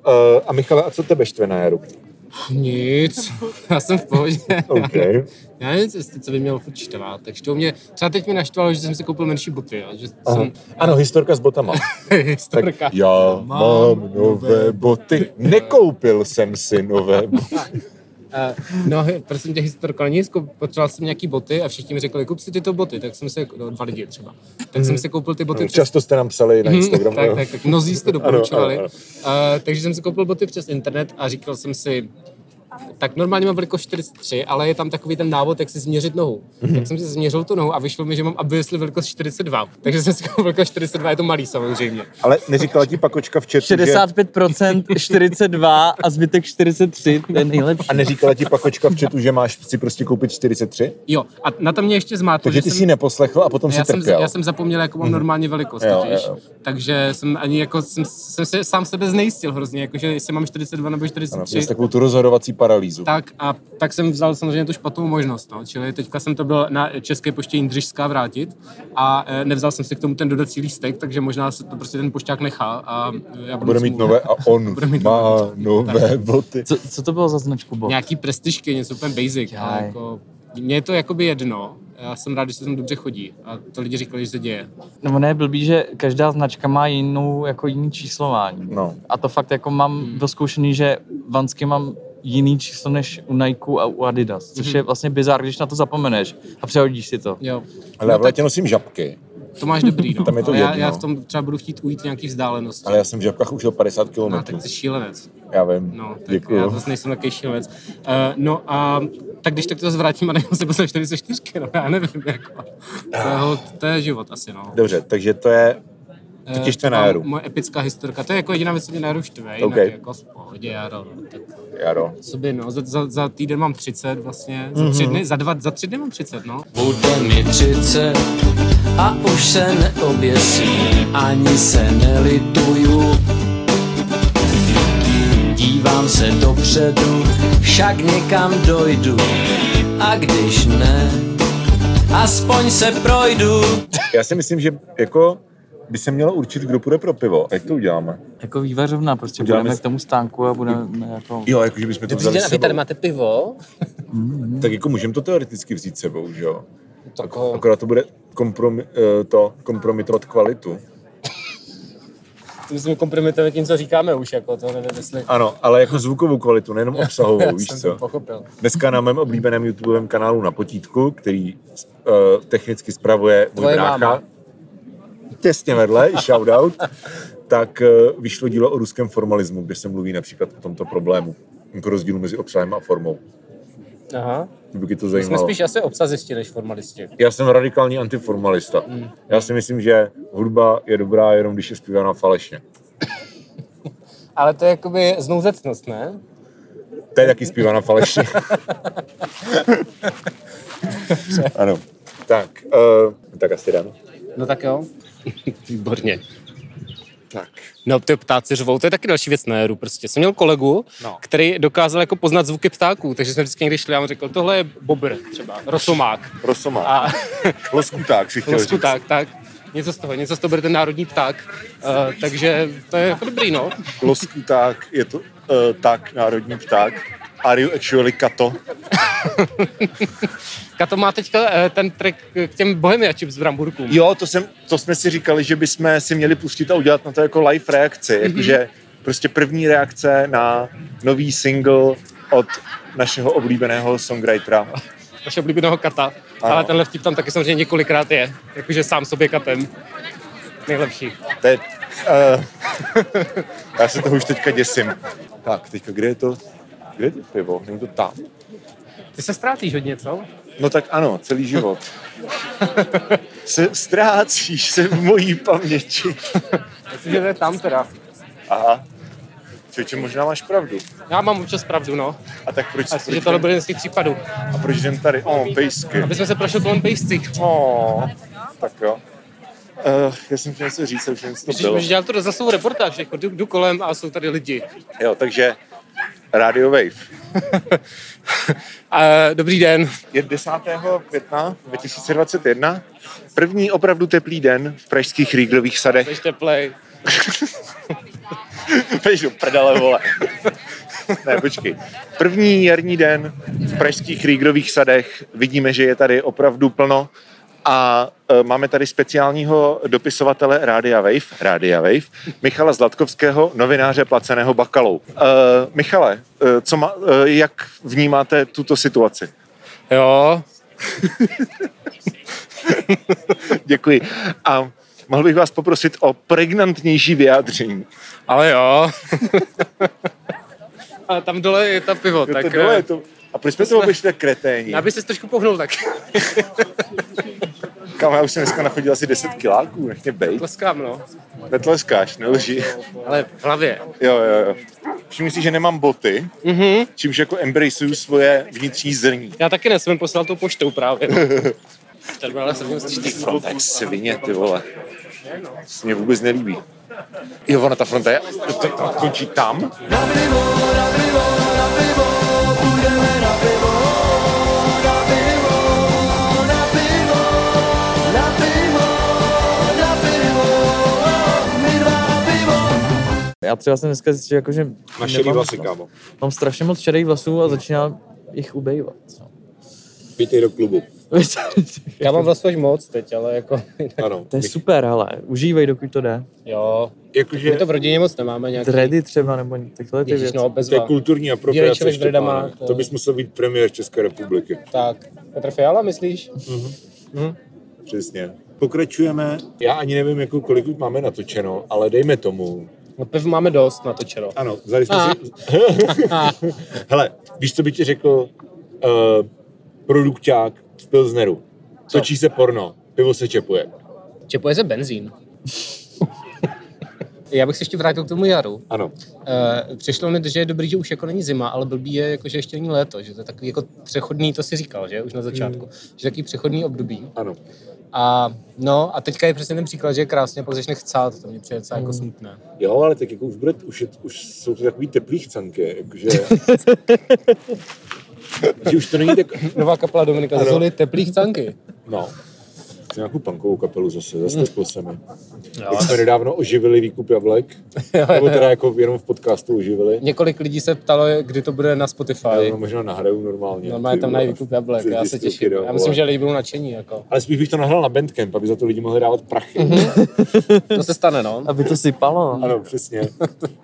Speaker 2: a Michale, a co tebe štve na Jaru?
Speaker 4: Nic, já jsem v pohodě.
Speaker 2: OK.
Speaker 4: Já nevím, co, co by mělo furt štvát, takže to mě, třeba teď mě naštvalo, že jsem si koupil menší boty, jo, že
Speaker 2: Aha.
Speaker 4: jsem
Speaker 2: [laughs]
Speaker 4: [laughs]
Speaker 2: Ano, historka s botama.
Speaker 4: historka.
Speaker 2: já mám nové boty. Nekoupil jsem si nové boty.
Speaker 4: A, no, he- prosím tě, historka není, zkou- potřeboval jsem nějaký boty a všichni mi řekli, kup si tyto boty, tak jsem se, no, dva lidi třeba, tak
Speaker 2: Mhm.
Speaker 4: jsem si koupil ty boty přes
Speaker 2: [laughs] Často jste nám psali na Instagramu.
Speaker 4: Mhm, tak, tak, tak, mnozí jste doporučovali.
Speaker 2: Ano,
Speaker 4: Uh, takže jsem si koupil boty přes internet a říkal jsem si, tak normálně mám velikost 43, ale je tam takový ten návod, jak si změřit nohu.
Speaker 2: Mhm.
Speaker 4: Mm-hmm. Tak jsem si změřil tu nohu a vyšlo mi, že mám obviously velikost 42. Takže jsem si koupil velikost 42, je to malý samozřejmě.
Speaker 2: Ale neříkala ti pakočka v chatu, že...
Speaker 3: [laughs] 65%, 42 a zbytek 43, to je nejlepší.
Speaker 2: A neříkala ti pakočka v chatu, že máš si prostě koupit 43?
Speaker 4: Jo, a na to mě ještě zmátlo,
Speaker 2: Takže
Speaker 4: že
Speaker 2: ty
Speaker 4: jsem...
Speaker 2: si ji neposlechl a potom si
Speaker 4: já jsem,
Speaker 2: trpěl. Mhm.
Speaker 4: já jsem zapomněl, jakou mám normálně velikost,
Speaker 2: Jo,
Speaker 4: jo,
Speaker 2: jo,
Speaker 4: totiž.
Speaker 2: jo.
Speaker 4: Takže jsem ani jako, jsem, jsem se sám sebe znejistil hrozně, jakože jestli mám 42 nebo
Speaker 2: Ano,
Speaker 4: 43.
Speaker 2: měl jsi takovou tu rozhodovací paralýzu.
Speaker 4: Tak a tak jsem vzal samozřejmě tu špatnou možnost. No. Čili teďka jsem to byl na České poště Jindřišská vrátit a eh, nevzal jsem si k tomu ten dodací lístek, takže možná se to prostě ten pošťák nechá a já budu
Speaker 2: Bude mít
Speaker 4: smůlu.
Speaker 2: nové a
Speaker 4: [laughs]
Speaker 2: on
Speaker 4: Bude mít
Speaker 2: má nové boty.
Speaker 3: Co, co to bylo za značku bot?
Speaker 4: Nějaký prestižky, něco úplně basic, ale
Speaker 3: Jaj.
Speaker 4: jako, mně je to jakoby jedno. já jsem rád, že se tam dobře chodí. A to lidi říkali, že se děje.
Speaker 3: Nebo ne, blbý, že každá značka má jinou, jako jiný číslování.
Speaker 2: No.
Speaker 3: A to fakt jako mám hmm. doskoušený, že Vansky mám jiný číslo než u Nike a u Adidas, což je vlastně bizár, když na to zapomeneš a přehodíš si to.
Speaker 4: Jo.
Speaker 2: Ale já v
Speaker 4: No tak
Speaker 2: létě nosím žabky,
Speaker 4: to máš dobrý, no.
Speaker 2: Tam je to
Speaker 4: Ale já,
Speaker 2: jedno.
Speaker 4: já, v tom třeba budu chtít ujít nějaký vzdálenosti.
Speaker 2: ale já jsem v žabkách ušel 50 km.
Speaker 4: No, tak jsi šílenec.
Speaker 2: Já vím.
Speaker 4: No, tak
Speaker 2: Děkuju.
Speaker 4: já zase nejsem takový šílenec. Uh, no a tak když tak to zvrátím a nechám se poslat 44, no já nevím, jako. To je, hod- to je život asi, no.
Speaker 2: Dobře, takže to je... To tě
Speaker 4: Eh,
Speaker 2: štve na
Speaker 4: mám-
Speaker 2: jaru.
Speaker 4: Moje epická historka, to je jako jediná věc, co mě na jaru štve, jinak
Speaker 2: OK.
Speaker 4: okay. jako v pohodě jaro. no, Tak
Speaker 2: Jaro.
Speaker 4: co by, no, za, za, za týden mám 30 vlastně, za
Speaker 2: Mhm.
Speaker 4: tři dny, za dva, za tři dny mám 30, no.
Speaker 5: Bude mi 30 a už se neoběsím, ani se nelituju. Dívám se dopředu, však někam dojdu. A když ne, aspoň se projdu.
Speaker 2: Já si myslím, že jako by se mělo určit, kdo půjde pro pivo. Jak to uděláme?
Speaker 3: Jako vývařovna, prostě
Speaker 2: Uděláme
Speaker 3: Uděláme budeme
Speaker 2: si-
Speaker 3: k tomu stánku a budeme jako...
Speaker 2: Jo, jakože bychom to vzali s sebou.
Speaker 1: máte pivo?
Speaker 2: Tak jako můžeme to teoreticky vzít s sebou, že jo?
Speaker 1: Tak
Speaker 2: Akorát to bude kompromi, eh, to, kompromitovat kvalitu.
Speaker 1: myslím, kompromitujeme tím, co říkáme už, jako to nevím, jestli
Speaker 2: Ano, ale jako zvukovou
Speaker 4: [laughs]
Speaker 2: kvalitu, nejenom obsahovou, víš
Speaker 1: jsem
Speaker 2: co?
Speaker 1: to pochopil.
Speaker 2: Dneska na mém oblíbeném YouTubeovém kanálu na potítku, který uh, technicky spravuje můj
Speaker 1: Tvoje
Speaker 2: brácha,
Speaker 1: máma.
Speaker 2: těsně vedle, shoutout, tak uh, vyšlo dílo o ruském formalismu, kde se mluví například o tomto problému, jako rozdílu mezi obsahem a formou.
Speaker 1: Aha.
Speaker 2: Kdyby tě to
Speaker 1: My jsme
Speaker 2: zajímalo.
Speaker 1: spíš asi obsazisti než formalisti.
Speaker 2: Já jsem radikální antiformalista.
Speaker 1: Mm.
Speaker 2: Já si myslím, že hudba je dobrá jenom, když je zpívána falešně.
Speaker 1: Ale to je jakoby znouzecnost, ne?
Speaker 2: To je taky
Speaker 1: [laughs]
Speaker 2: zpívána falešně. ano. Tak, uh, tak asi dáme.
Speaker 1: No tak jo. [laughs] Výborně. Tak. No ty ptáci řvou, to je taky další věc na jaru prostě. Jsem měl kolegu, no. který dokázal jako poznat zvuky ptáků, takže jsme vždycky někdy šli a on řekl, tohle je bobr třeba, rosomák.
Speaker 2: Prosoma.
Speaker 1: A
Speaker 2: [laughs] Loskuták si chtěl
Speaker 1: losku
Speaker 2: říct.
Speaker 1: tak, tak. Něco z toho, něco z toho bude ten národní pták. Uh, takže to je jako dobrý, no.
Speaker 2: Loskuták je to uh, tak, národní pták. Are you actually kato?
Speaker 1: Kato má teďka uh, ten track k těm bohemiačům z Bramburkům.
Speaker 2: Jo, to, jsem, to jsme si říkali, že bychom si měli pustit a udělat na to jako live reakci. Jakože prostě první reakce na nový single od našeho oblíbeného songwritera.
Speaker 1: Naše oblíbeného kata.
Speaker 2: Ano.
Speaker 1: Ale tenhle vtip tam taky samozřejmě několikrát je. Jakože sám sobě katem. Nejlepší.
Speaker 2: To je, uh, [laughs] já se toho už teďka děsím. Tak, teďka kde je to? Kde je to pivo? Není to tam?
Speaker 1: Ty se ztrácíš hodně, co?
Speaker 2: No tak ano, celý život. se ztrácíš se v mojí paměti.
Speaker 1: Myslím, že to je tam teda.
Speaker 2: Aha. Čověče, možná máš pravdu.
Speaker 1: Já mám občas pravdu, no.
Speaker 2: A tak proč,
Speaker 1: A
Speaker 2: proč,
Speaker 1: myslím, že tohle byl jeden z těch případů.
Speaker 2: a proč jdem tady? O, oh, pejsky.
Speaker 1: Aby jsme se prošli kolem pejsci.
Speaker 2: Oh, tak jo. Uh, já jsem chtěl něco říct, ale už nevím, co to
Speaker 1: Když
Speaker 2: bylo.
Speaker 1: můžeš dělat tu rozhlasovou reportáž, jako jdu, jdu, kolem a jsou tady lidi.
Speaker 2: Jo, takže Radio Wave.
Speaker 1: A, dobrý den.
Speaker 2: Je 10. května 2021. První opravdu teplý den v pražských rýglových sadech.
Speaker 1: Jsi teplej.
Speaker 2: Peš do prdele, vole. ne, počkej. První jarní den v pražských rýgrových sadech. Vidíme, že je tady opravdu plno. A e, máme tady speciálního dopisovatele Rádia Wave, Rádia Wave, Michala Zlatkovského, novináře placeného Bakalou. E, Michale, e, co ma, e, jak vnímáte tuto situaci? [laughs]
Speaker 1: Jo.
Speaker 2: Děkuji. A mohl bych vás poprosit o pregnantnější vyjádření.
Speaker 1: Ale jo. [laughs] a tam dole je ta pivo, tak...
Speaker 2: to dole,
Speaker 1: eh,
Speaker 2: je to... A proč jsme to obešli tak kreténi?
Speaker 1: Já bych se trošku pohnul tak. [laughs]
Speaker 2: Kam, já už jsem dneska nachodil asi 10 kiláků, nech mě bejt.
Speaker 1: Tleskám, no.
Speaker 2: Netleskáš, nelži.
Speaker 1: Ale v hlavě.
Speaker 2: Jo, jo, jo. Všimni si, že nemám boty, čímž jako embraceuju svoje vnitřní zrní.
Speaker 1: Já taky ne, jsem jim poslal tou poštou právě. Tady byla
Speaker 2: Ty
Speaker 1: 74.
Speaker 2: fronta je svině, ty vole. To mě vůbec nelíbí. Jo, ona ta fronta je, to, to končí tam?
Speaker 5: Na pivo, na pivo, na pivo, půjdeme na pivo, na pivo, na pivo, na pivo, na pivo, my dva na pivo.
Speaker 3: Já třeba jsem dneska zjistil, jako, že nemám-
Speaker 2: kámo.
Speaker 3: Mám strašně moc šedých vlasů a začíná jich ubejvat. No. [laughs]
Speaker 2: Vítej do klubu.
Speaker 4: Já mám vlastně až moc teď, ale jako... [laughs]
Speaker 2: Ano.
Speaker 3: to je super, hele, užívej, dokud to jde.
Speaker 4: Jo,
Speaker 2: Jakože
Speaker 4: my to v rodině moc nemáme nějaký...
Speaker 3: Dready třeba, nebo tyhle ty
Speaker 4: Ježiš,
Speaker 3: věci.
Speaker 4: no,
Speaker 2: to je
Speaker 4: bezva.
Speaker 2: kulturní
Speaker 4: Dílej
Speaker 2: apropriace
Speaker 4: člověk s dredama,
Speaker 2: Štěpáne.
Speaker 4: to-
Speaker 2: To bys musel být premiér České republiky.
Speaker 4: Tak, Petr Fiala, myslíš?
Speaker 2: Přesně. Pokračujeme. Já ani nevím, jako kolik už máme natočeno, ale dejme tomu.
Speaker 4: No piv máme dost natočeno.
Speaker 2: Ano, vzali jsme si... [laughs] Hele, víš, co by ti řekl uh, produkťák v Pilsneru? Točí se porno, pivo se čepuje.
Speaker 4: Čepuje se [laughs] benzín. Já bych se ještě vrátil k tomu jaru.
Speaker 2: Ano.
Speaker 4: Eh, přišlo mi, že je dobrý, že už jako není zima, ale blbý je, jako, že ještě není léto, že to je takový jako přechodný, to si říkal, že už na začátku, že takový přechodný období.
Speaker 2: Ano.
Speaker 4: A no, a teďka je přesně ten příklad, že je krásně, pak začne chcát, to mě přijde docela jako smutné.
Speaker 2: Jo, ale tak jako už, bude, už, je, už jsou to takový teplý chcanky, jakože... [laughs] že už to není tak...
Speaker 4: Nová kapela Dominika Zazoli, teplý chcanky.
Speaker 2: No. Hm. Chci nějakou punkovou kapelu zase, zase to se mi. Jak jsme nedávno oživili výkup [laughs] jablek, nebo teda jako jenom v podcastu oživili.
Speaker 4: Několik lidí se ptalo, kdy to bude na
Speaker 2: Já
Speaker 4: Spotify.
Speaker 2: to možná nahraju normálně.
Speaker 4: Normálně tam
Speaker 2: Ty vole,
Speaker 4: najít výkup jablek, já se
Speaker 2: 30
Speaker 4: těším.
Speaker 2: kilo,
Speaker 4: Já myslím,
Speaker 2: vole.
Speaker 4: že lidi budou nadšení. Jako.
Speaker 2: Ale spíš bych to nahrál na Bandcamp, aby za to lidi mohli dávat prachy.
Speaker 4: Mhm. To se stane, no.
Speaker 3: Aby to sypalo.
Speaker 2: Ano, přesně.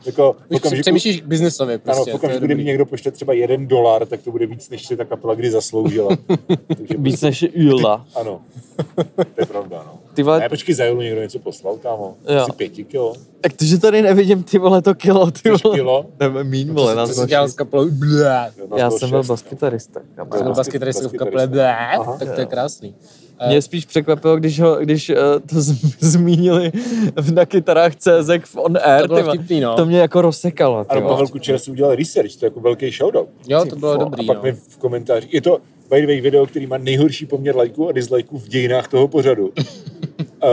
Speaker 2: Jako, v
Speaker 4: Už si
Speaker 2: okamžiku,
Speaker 4: přemýšlíš biznisově
Speaker 2: ano,
Speaker 4: prostě.
Speaker 2: v
Speaker 4: to je
Speaker 2: okamžiku, kdy mi
Speaker 4: dobrý.
Speaker 2: někdo pošle třeba jeden dolar, tak to bude víc, než si ta kapela kdy zasloužila.
Speaker 4: [laughs]
Speaker 2: Takže,
Speaker 3: Víc než Jula.
Speaker 2: ano, to je pravda, no.
Speaker 3: Ty
Speaker 2: A
Speaker 3: vole,
Speaker 2: já počkej, za Julu někdo něco poslal, kámo.
Speaker 3: Jo.
Speaker 2: Asi pěti kilo.
Speaker 3: tak to, že tady nevidím ty vole to kilo, ty
Speaker 2: Tři
Speaker 3: vole.
Speaker 2: kilo.
Speaker 3: Nebo míň, vole, nás
Speaker 4: Co
Speaker 3: bylo
Speaker 4: jsi dělal s kapelou? Blá.
Speaker 2: Nás
Speaker 3: Já
Speaker 2: bylo
Speaker 3: jsem byl
Speaker 2: šest, no.
Speaker 3: baskytarista.
Speaker 4: Jsi byl
Speaker 3: kamarád.
Speaker 4: baskytarista v kapele,
Speaker 2: Baskytarista.
Speaker 4: blá, tak to je krásný.
Speaker 3: Mě spíš překvapilo, když, ho, když eh, to z- [laughs] zmínili v- na kytarách CZ v On Air.
Speaker 4: To bylo
Speaker 3: ty vole.
Speaker 4: vtipný, no.
Speaker 3: to mě jako rozsekalo. Ty
Speaker 2: Ano,
Speaker 3: vole.
Speaker 2: Pavel Kučera si udělal research, to je jako velký shoutout.
Speaker 4: Jo, to bylo
Speaker 3: vole,
Speaker 2: A
Speaker 4: dobrý,
Speaker 2: pak
Speaker 4: no.
Speaker 2: mi v komentáři, je to by the way video, který má nejhorší poměr lajků a dislajků v dějinách
Speaker 4: [laughs]
Speaker 2: toho pořadu. uh,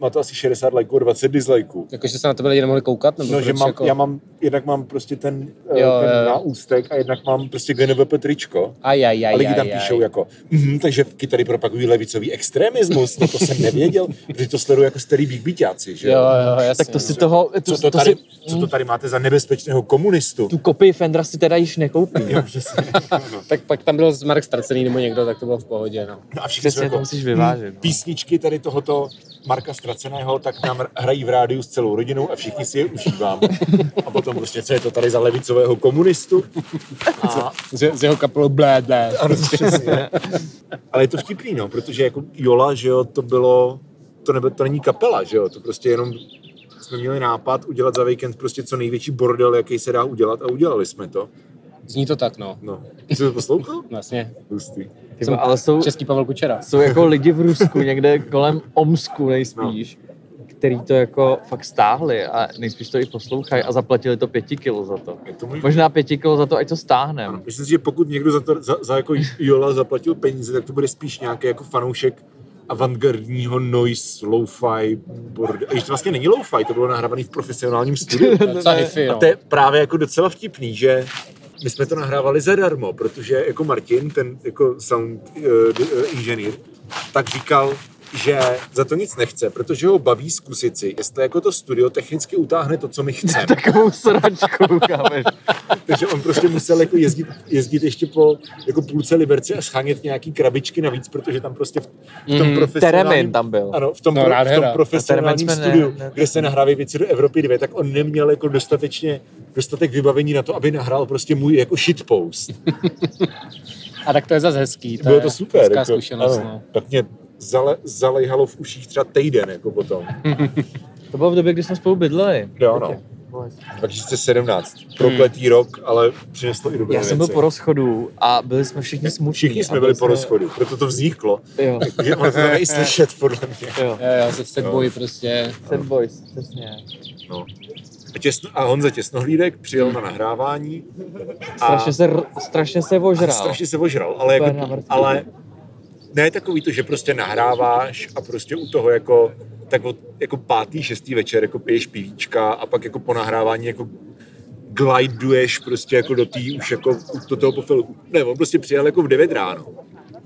Speaker 2: má to asi 60 lajků a 20 dislajků.
Speaker 4: Jakože se na to lidi nemohli koukat? Nebo
Speaker 2: No, že
Speaker 4: proč
Speaker 2: mám,
Speaker 4: jako...
Speaker 2: já mám, jednak mám prostě ten, eh,
Speaker 4: Jo,
Speaker 2: ten
Speaker 4: jo.
Speaker 2: náústek a jednak mám prostě GNVP tričko.
Speaker 4: Aj, aj, aj,
Speaker 2: A lidi tam
Speaker 4: aj,
Speaker 2: píšou
Speaker 4: aj.
Speaker 2: jako, mm, takže kytary propagují levicový extremismus, no to
Speaker 4: [laughs]
Speaker 2: jsem nevěděl, protože to sledují jako starý bíkbíťáci, že
Speaker 4: Jo, jo, jasně.
Speaker 3: tak to si
Speaker 4: no.
Speaker 3: toho,
Speaker 2: Co
Speaker 3: tu,
Speaker 2: to,
Speaker 3: to
Speaker 2: tady,
Speaker 3: si,
Speaker 2: co
Speaker 4: Mhm.
Speaker 2: to tady máte za nebezpečného komunistu?
Speaker 3: tu kopii Fendra si teda již nekoupím.
Speaker 2: Jo, přesně.
Speaker 4: [laughs]
Speaker 2: No.
Speaker 4: Tak pak tam byl Marek Stracený nebo někdo, tak to bylo v pohodě, no.
Speaker 2: No a všichni jsou
Speaker 3: Přesně, to
Speaker 2: jako,
Speaker 3: musíš vyvážit. no.
Speaker 2: písničky tady tohoto Marka Straceného, tak nám hrají v rádiu s celou rodinou a všichni si je užíváme. A potom prostě, co je to tady za levicového komunistu? A,
Speaker 4: Z, z jeho kapelou blé, blé.
Speaker 2: ano, přesně. Ale je to vtipný, no, protože jako Jola, že jo, to bylo, to, nebe, to není kapela, že jo, to prostě jenom jsme měli nápad udělat za víkend prostě co největší bordel, jaký se dá udělat a udělali jsme to.
Speaker 4: Zní to tak, no.
Speaker 2: No, jsi to poslouchal?
Speaker 4: Vlastně.
Speaker 2: Hustý.
Speaker 3: Ty vole, ale jsou,
Speaker 4: Český Pavel Kučera.
Speaker 3: jsou jako lidi v Rusku, někde kolem Omsku nejspíš, který to jako fakt stáhli a nejspíš to i poslouchají a zaplatili to pěti kilo za to.
Speaker 2: Je to můj...
Speaker 3: Možná pěti kilo za to, ať
Speaker 2: [laughs]
Speaker 3: to stáhnem.
Speaker 2: Myslím si, že pokud někdo za, to, za, za jako Jola zaplatil peníze, tak to bude spíš nějaký jako fanoušek avantgardního noise, lo-fi, borde. Když to vlastně není lo-fi, to bylo nahrávané v profesionálním studiu.
Speaker 4: Docela hifi,
Speaker 2: A
Speaker 4: no.
Speaker 2: to je právě jako docela vtipný, že my jsme to nahrávali zadarmo, protože jako Martin, ten jako sound uh, inženýr, tak říkal, že za to nic nechce, protože ho baví zkusit si, jestli jako to studio technicky utáhne to, co my chceme.
Speaker 3: Takovou sračku, kámeš.
Speaker 2: Takže on prostě musel jako jezdit, jezdit ještě po jako půlce Liberce a schánět nějaký krabičky navíc, protože tam prostě v, v tom mm, profesionálním...
Speaker 3: Mhm, Teremin tam byl.
Speaker 2: Ano, v tom,
Speaker 4: No,
Speaker 2: no, pro, v
Speaker 4: nádhera.
Speaker 2: tom profesionálním
Speaker 3: A Teremin jsme ne-
Speaker 2: studiu,
Speaker 3: ne-
Speaker 2: kde se nahrávají věci do Evropy 2, tak on neměl jako dostatečně dostatek vybavení na to, aby nahrál prostě můj jako shitpost.
Speaker 4: A tak to je zase hezký. To
Speaker 2: Bylo
Speaker 4: je
Speaker 2: to super.
Speaker 4: Hezká
Speaker 2: jako,
Speaker 4: zkušenost,
Speaker 2: ano.
Speaker 4: no.
Speaker 2: Tak mě zale, zalejhalo v uších třeba týden
Speaker 4: [laughs]
Speaker 2: jako potom.
Speaker 3: To bylo v době, kdy jsme spolu bydleli.
Speaker 2: Jo, no. 2017. Prokletý rok, ale přineslo i dobré
Speaker 3: Já jsem byl
Speaker 2: věci.
Speaker 3: po rozchodu a byli jsme všichni smutní.
Speaker 2: Všichni
Speaker 3: a
Speaker 2: jsme byli po rozchodu, proto to vzniklo.
Speaker 3: Jo,
Speaker 2: Takže ono to tam je i slyšet, podle mě.
Speaker 3: jo.
Speaker 4: Jo, jo, se set boji prostě.
Speaker 3: Sad boys, přesně.
Speaker 2: No. A, těsno, a Honza Těsnohlídek přijel na nahrávání a,
Speaker 3: Strašně se, r- strašně se
Speaker 2: a
Speaker 3: ožral.
Speaker 2: strašně se ožral, ale,
Speaker 3: Úplně na
Speaker 2: jako,
Speaker 3: mrtvý.
Speaker 2: ale ne takový to, že prostě nahráváš a prostě u toho jako tak od jako pátý, šestý večer jako piješ pivíčka a pak jako po nahrávání jako gliduješ prostě jako do tý už jako do toho pofilu. Ne, on prostě přijel jako v 9 ráno.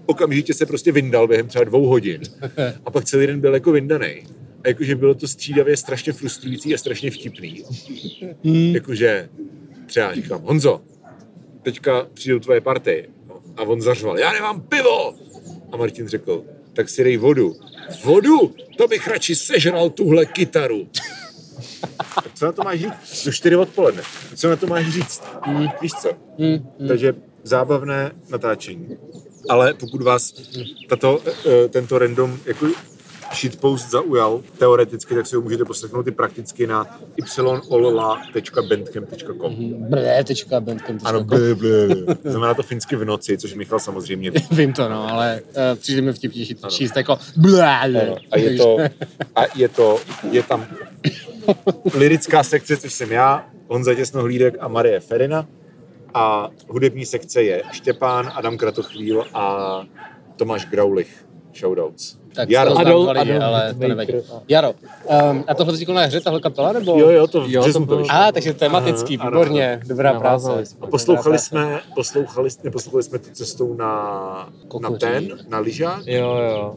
Speaker 2: Okamžitě se prostě vyndal během třeba dvou hodin. A pak celý den byl jako vyndaný. A jakože bylo to střídavě strašně frustrující a strašně vtipný.
Speaker 3: Hmm.
Speaker 2: Jakože třeba říkám, Honzo, teďka přijdou tvoje party. No, A on zařval, já nemám pivo!
Speaker 6: A Martin řekl, tak si dej vodu. Vodu? To bych radši sežral tuhle kytaru.
Speaker 2: Co na to máš říct? Do 4 odpoledne. Co na to máš říct?
Speaker 6: Hmm.
Speaker 2: Mm. Víš co? Mm. Takže zábavné natáčení. Ale pokud vás tato, eh, tento random jako shitpost zaujal teoreticky, tak si ho můžete poslechnout i prakticky na yolla.bandcamp.com.
Speaker 4: Bré, tečka, bandcamp, tečka.
Speaker 2: Ano, blé, blé, blé. Znamená to finsky v noci, což Michal samozřejmě ví.
Speaker 4: Vím to, no, ale uh, přijde mi vtipnější to číst jako blá,
Speaker 2: No, A je to, a je to, je tam lirická sekce, což jsem já, Honza Těsnohlídek a Marie Ferina. A hudební sekce je Štěpán, Adam Kratochvíl a Tomáš Graulich. Shoutouts.
Speaker 4: Tak
Speaker 2: Jaro.
Speaker 4: Jaro.
Speaker 3: Adol-
Speaker 4: Adol,
Speaker 3: Adol-
Speaker 4: ale to nevadí. Jaro, um, a tohle vzniklo na hře, tahle kapela, nebo?
Speaker 2: Jo, jo, to v
Speaker 3: Jo, to
Speaker 2: jazzu to
Speaker 3: bylo-
Speaker 2: vyšlo.
Speaker 4: A, takže tematický,
Speaker 2: Ano, ano,
Speaker 4: výborně, dobrá
Speaker 3: Navázali
Speaker 4: práce.
Speaker 3: jsme.
Speaker 2: A poslouchali jsme, poslouchali, neposlouchali jsme to cestou na, na
Speaker 4: Kokoří.
Speaker 2: ten, na lyžák.
Speaker 3: Jo, jo.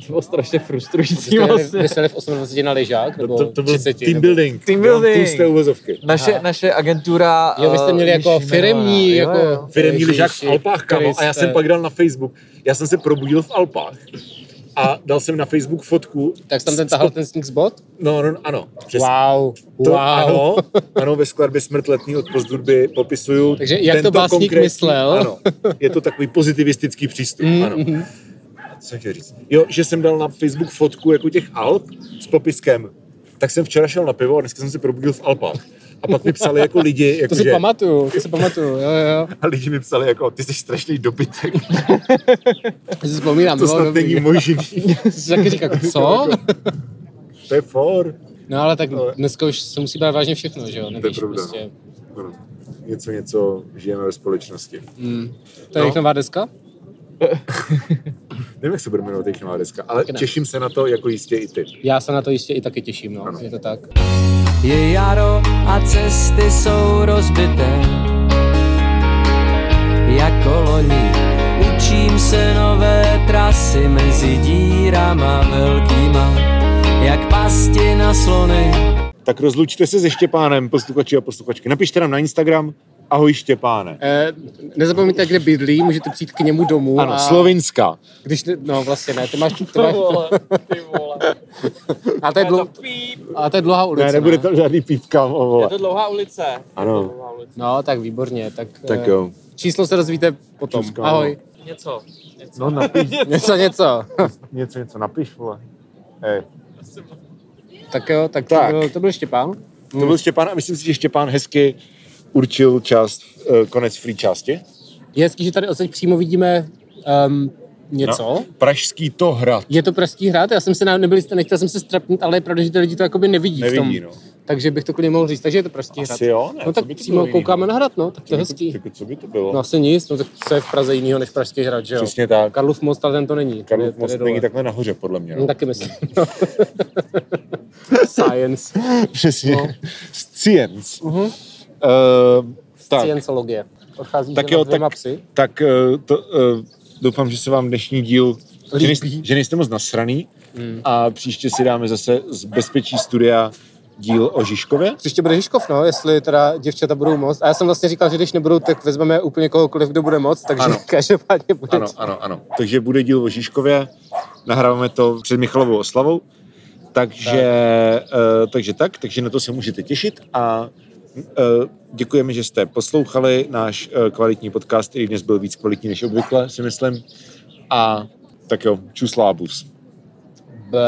Speaker 3: To bylo strašně frustrující
Speaker 4: Jste jeli-
Speaker 3: vlastně.
Speaker 4: Vy jste jeli v 28 na lyžák,
Speaker 2: To,
Speaker 4: nebo
Speaker 2: to, to byl
Speaker 4: 30,
Speaker 2: team
Speaker 4: nebo-
Speaker 2: building.
Speaker 3: Team
Speaker 2: Dělám
Speaker 3: building.
Speaker 2: Tlusté uvozovky.
Speaker 3: Naše,
Speaker 4: Aha.
Speaker 3: naše agentura...
Speaker 4: Jo, vy jste měli
Speaker 3: eh,
Speaker 4: jako
Speaker 3: již
Speaker 4: firemní,
Speaker 3: jmenovaná.
Speaker 4: jako...
Speaker 3: Jo, jo.
Speaker 2: firemní
Speaker 4: Ježiši
Speaker 2: lyžák v Alpách, kámo, a já jsem
Speaker 4: Kriste.
Speaker 2: pak dal na Facebook, já jsem se probudil v Alpách a dal jsem na Facebook fotku.
Speaker 4: Tak jsi tam ten
Speaker 2: s-
Speaker 4: tahal ten sneaks bot?
Speaker 2: No, no, no, ano. přesně.
Speaker 4: Wow,
Speaker 2: [laughs] To,
Speaker 4: wow.
Speaker 2: ano, ano, ve skladbě Smrt letní od pozdurby popisuju.
Speaker 4: Takže jak to
Speaker 2: tento
Speaker 4: básník
Speaker 2: konkrétní-
Speaker 4: myslel. Mm-hmm.
Speaker 2: Ano, je to takový pozitivistický přístup, ano. Co jsem chtěl říct? Jo, že jsem dal na Facebook fotku jako těch Alp s popiskem. Tak jsem včera šel na pivo a dneska jsem se probudil v Alpách. A pak mi psali jako lidi,
Speaker 4: [laughs]
Speaker 2: jako
Speaker 4: To si
Speaker 2: že,
Speaker 4: pamatuju, to si pamatuju, jo, jo.
Speaker 2: a [laughs] lidi mi psali jako, ty jsi strašný dobytek,
Speaker 4: Já si vzpomínám,
Speaker 2: to
Speaker 4: bylo
Speaker 2: snad
Speaker 4: dobrý.
Speaker 2: není možný.
Speaker 4: Jsi taky říkal, co?
Speaker 2: [laughs] To je for.
Speaker 4: No ale tak
Speaker 2: Ale-
Speaker 4: dneska už se musí brát vážně všechno, že jo? Nevíš,
Speaker 2: pravda, no.
Speaker 4: prostě.
Speaker 2: Ano. Něco, něco, žijeme ve společnosti.
Speaker 4: Mm. To
Speaker 2: No.
Speaker 4: je jejich nová deska?
Speaker 2: Nevím, jak se bude jmenovat jejich nová deska, ale
Speaker 4: Taky ne.
Speaker 2: těším se na to jako jistě i ty.
Speaker 4: Já se na to jistě i taky těším, no. Je to tak.
Speaker 5: Je jaro a cesty jsou rozbité. Jako loni učím se nové trasy mezi dírama velkýma, jak pasti na slony.
Speaker 2: Tak rozlučte se se Štěpánem, posluchači a posluchačky. Napište nám na Instagram, ahoj Štěpáne.
Speaker 4: Eh, nezapomeňte, kde bydlí, můžete přijít k němu domů.
Speaker 2: Ano,
Speaker 4: a
Speaker 2: Slovinska.
Speaker 4: Když, ne- no vlastně ne, ty máš... Ty máš a, to je dlou, a to je dlouhá ulice,
Speaker 2: Ne, nebude tam žádný pípka, o vole.
Speaker 3: dlouhá ulice.
Speaker 2: Ano,
Speaker 4: No, tak výborně, tak,
Speaker 2: tak
Speaker 4: eh,
Speaker 2: jo.
Speaker 4: číslo se dozvíte potom.
Speaker 2: Číslo,
Speaker 4: Ahoj. [laughs]
Speaker 3: Něco.
Speaker 2: No napiš,
Speaker 4: Něco, něco. [laughs]
Speaker 2: něco, něco napiš, vole. Ej.
Speaker 4: tak jo, tak,
Speaker 2: Tak.
Speaker 4: tak. To, byl, to byl Štěpán.
Speaker 2: To byl Štěpán a myslím si, že Štěpán hezky určil část, eh, konec free části.
Speaker 4: Je hezký, že tady odsaď přímo vidíme um, něco.
Speaker 2: No, pražský Tohrad.
Speaker 4: Je to pražský hrad, já jsem se na, nebyl, nechtěl jsem se strapnit, ale je pravda, že ty lidi to jakoby nevidí,
Speaker 2: Nevidí,
Speaker 4: v tom.
Speaker 2: no.
Speaker 4: Takže bych to klidně mohl říct, takže je to pražský hrad.
Speaker 2: Asi jo, ne?
Speaker 4: no
Speaker 2: co
Speaker 4: tak
Speaker 2: by to
Speaker 4: přímo
Speaker 2: bylo
Speaker 4: koukáme
Speaker 2: jinýho?
Speaker 4: na hrad, no, tak to
Speaker 2: Co
Speaker 4: je
Speaker 2: by
Speaker 4: hezký.
Speaker 2: Jako, co by to bylo?
Speaker 4: No asi nic, no tak co je v Praze jinýho než pražský hrad, že jo?
Speaker 2: Přesně tak.
Speaker 4: Karlův most, ale ten to není. Ten je-
Speaker 2: Karlov
Speaker 4: ten
Speaker 2: most
Speaker 4: je dole.
Speaker 2: není takhle nahoře, podle mě.
Speaker 4: No, [laughs]
Speaker 2: No.
Speaker 4: taky myslím. Science.
Speaker 2: Přesně. No. [laughs] Science. Uh-huh.
Speaker 4: Mhm.
Speaker 2: Uh, tak,
Speaker 4: Scienciologie. Odchází
Speaker 2: Tak
Speaker 4: tak
Speaker 2: jo,
Speaker 4: jo,
Speaker 2: tak-
Speaker 4: tak... psy.
Speaker 2: tak uh, to, uh, doufám, že se vám dnešní díl že, nejste, že nejste moc nasraný
Speaker 4: Hmm.
Speaker 2: mm. a příště si dáme zase z bezpečí studia díl o Žižkově.
Speaker 4: Příště bude Žižkov, no, jestli teda děvčata budou moc. A já jsem vlastně říkal, že když nebudou, tak vezmeme úplně kohokoliv, kdo bude moc, takže
Speaker 2: Ano.
Speaker 4: ano. [laughs] každopádně bude.
Speaker 2: Ano, ano, ano. Takže bude díl o Žižkově, nahráváme to před Michalovou oslavou, takže tak, uh, takže, tak, takže na to se můžete těšit a uh, děkujeme, že jste poslouchali náš uh, kvalitní podcast, který dnes byl víc kvalitní než obvykle, si myslím. A tak jo, čus lábus.
Speaker 4: B.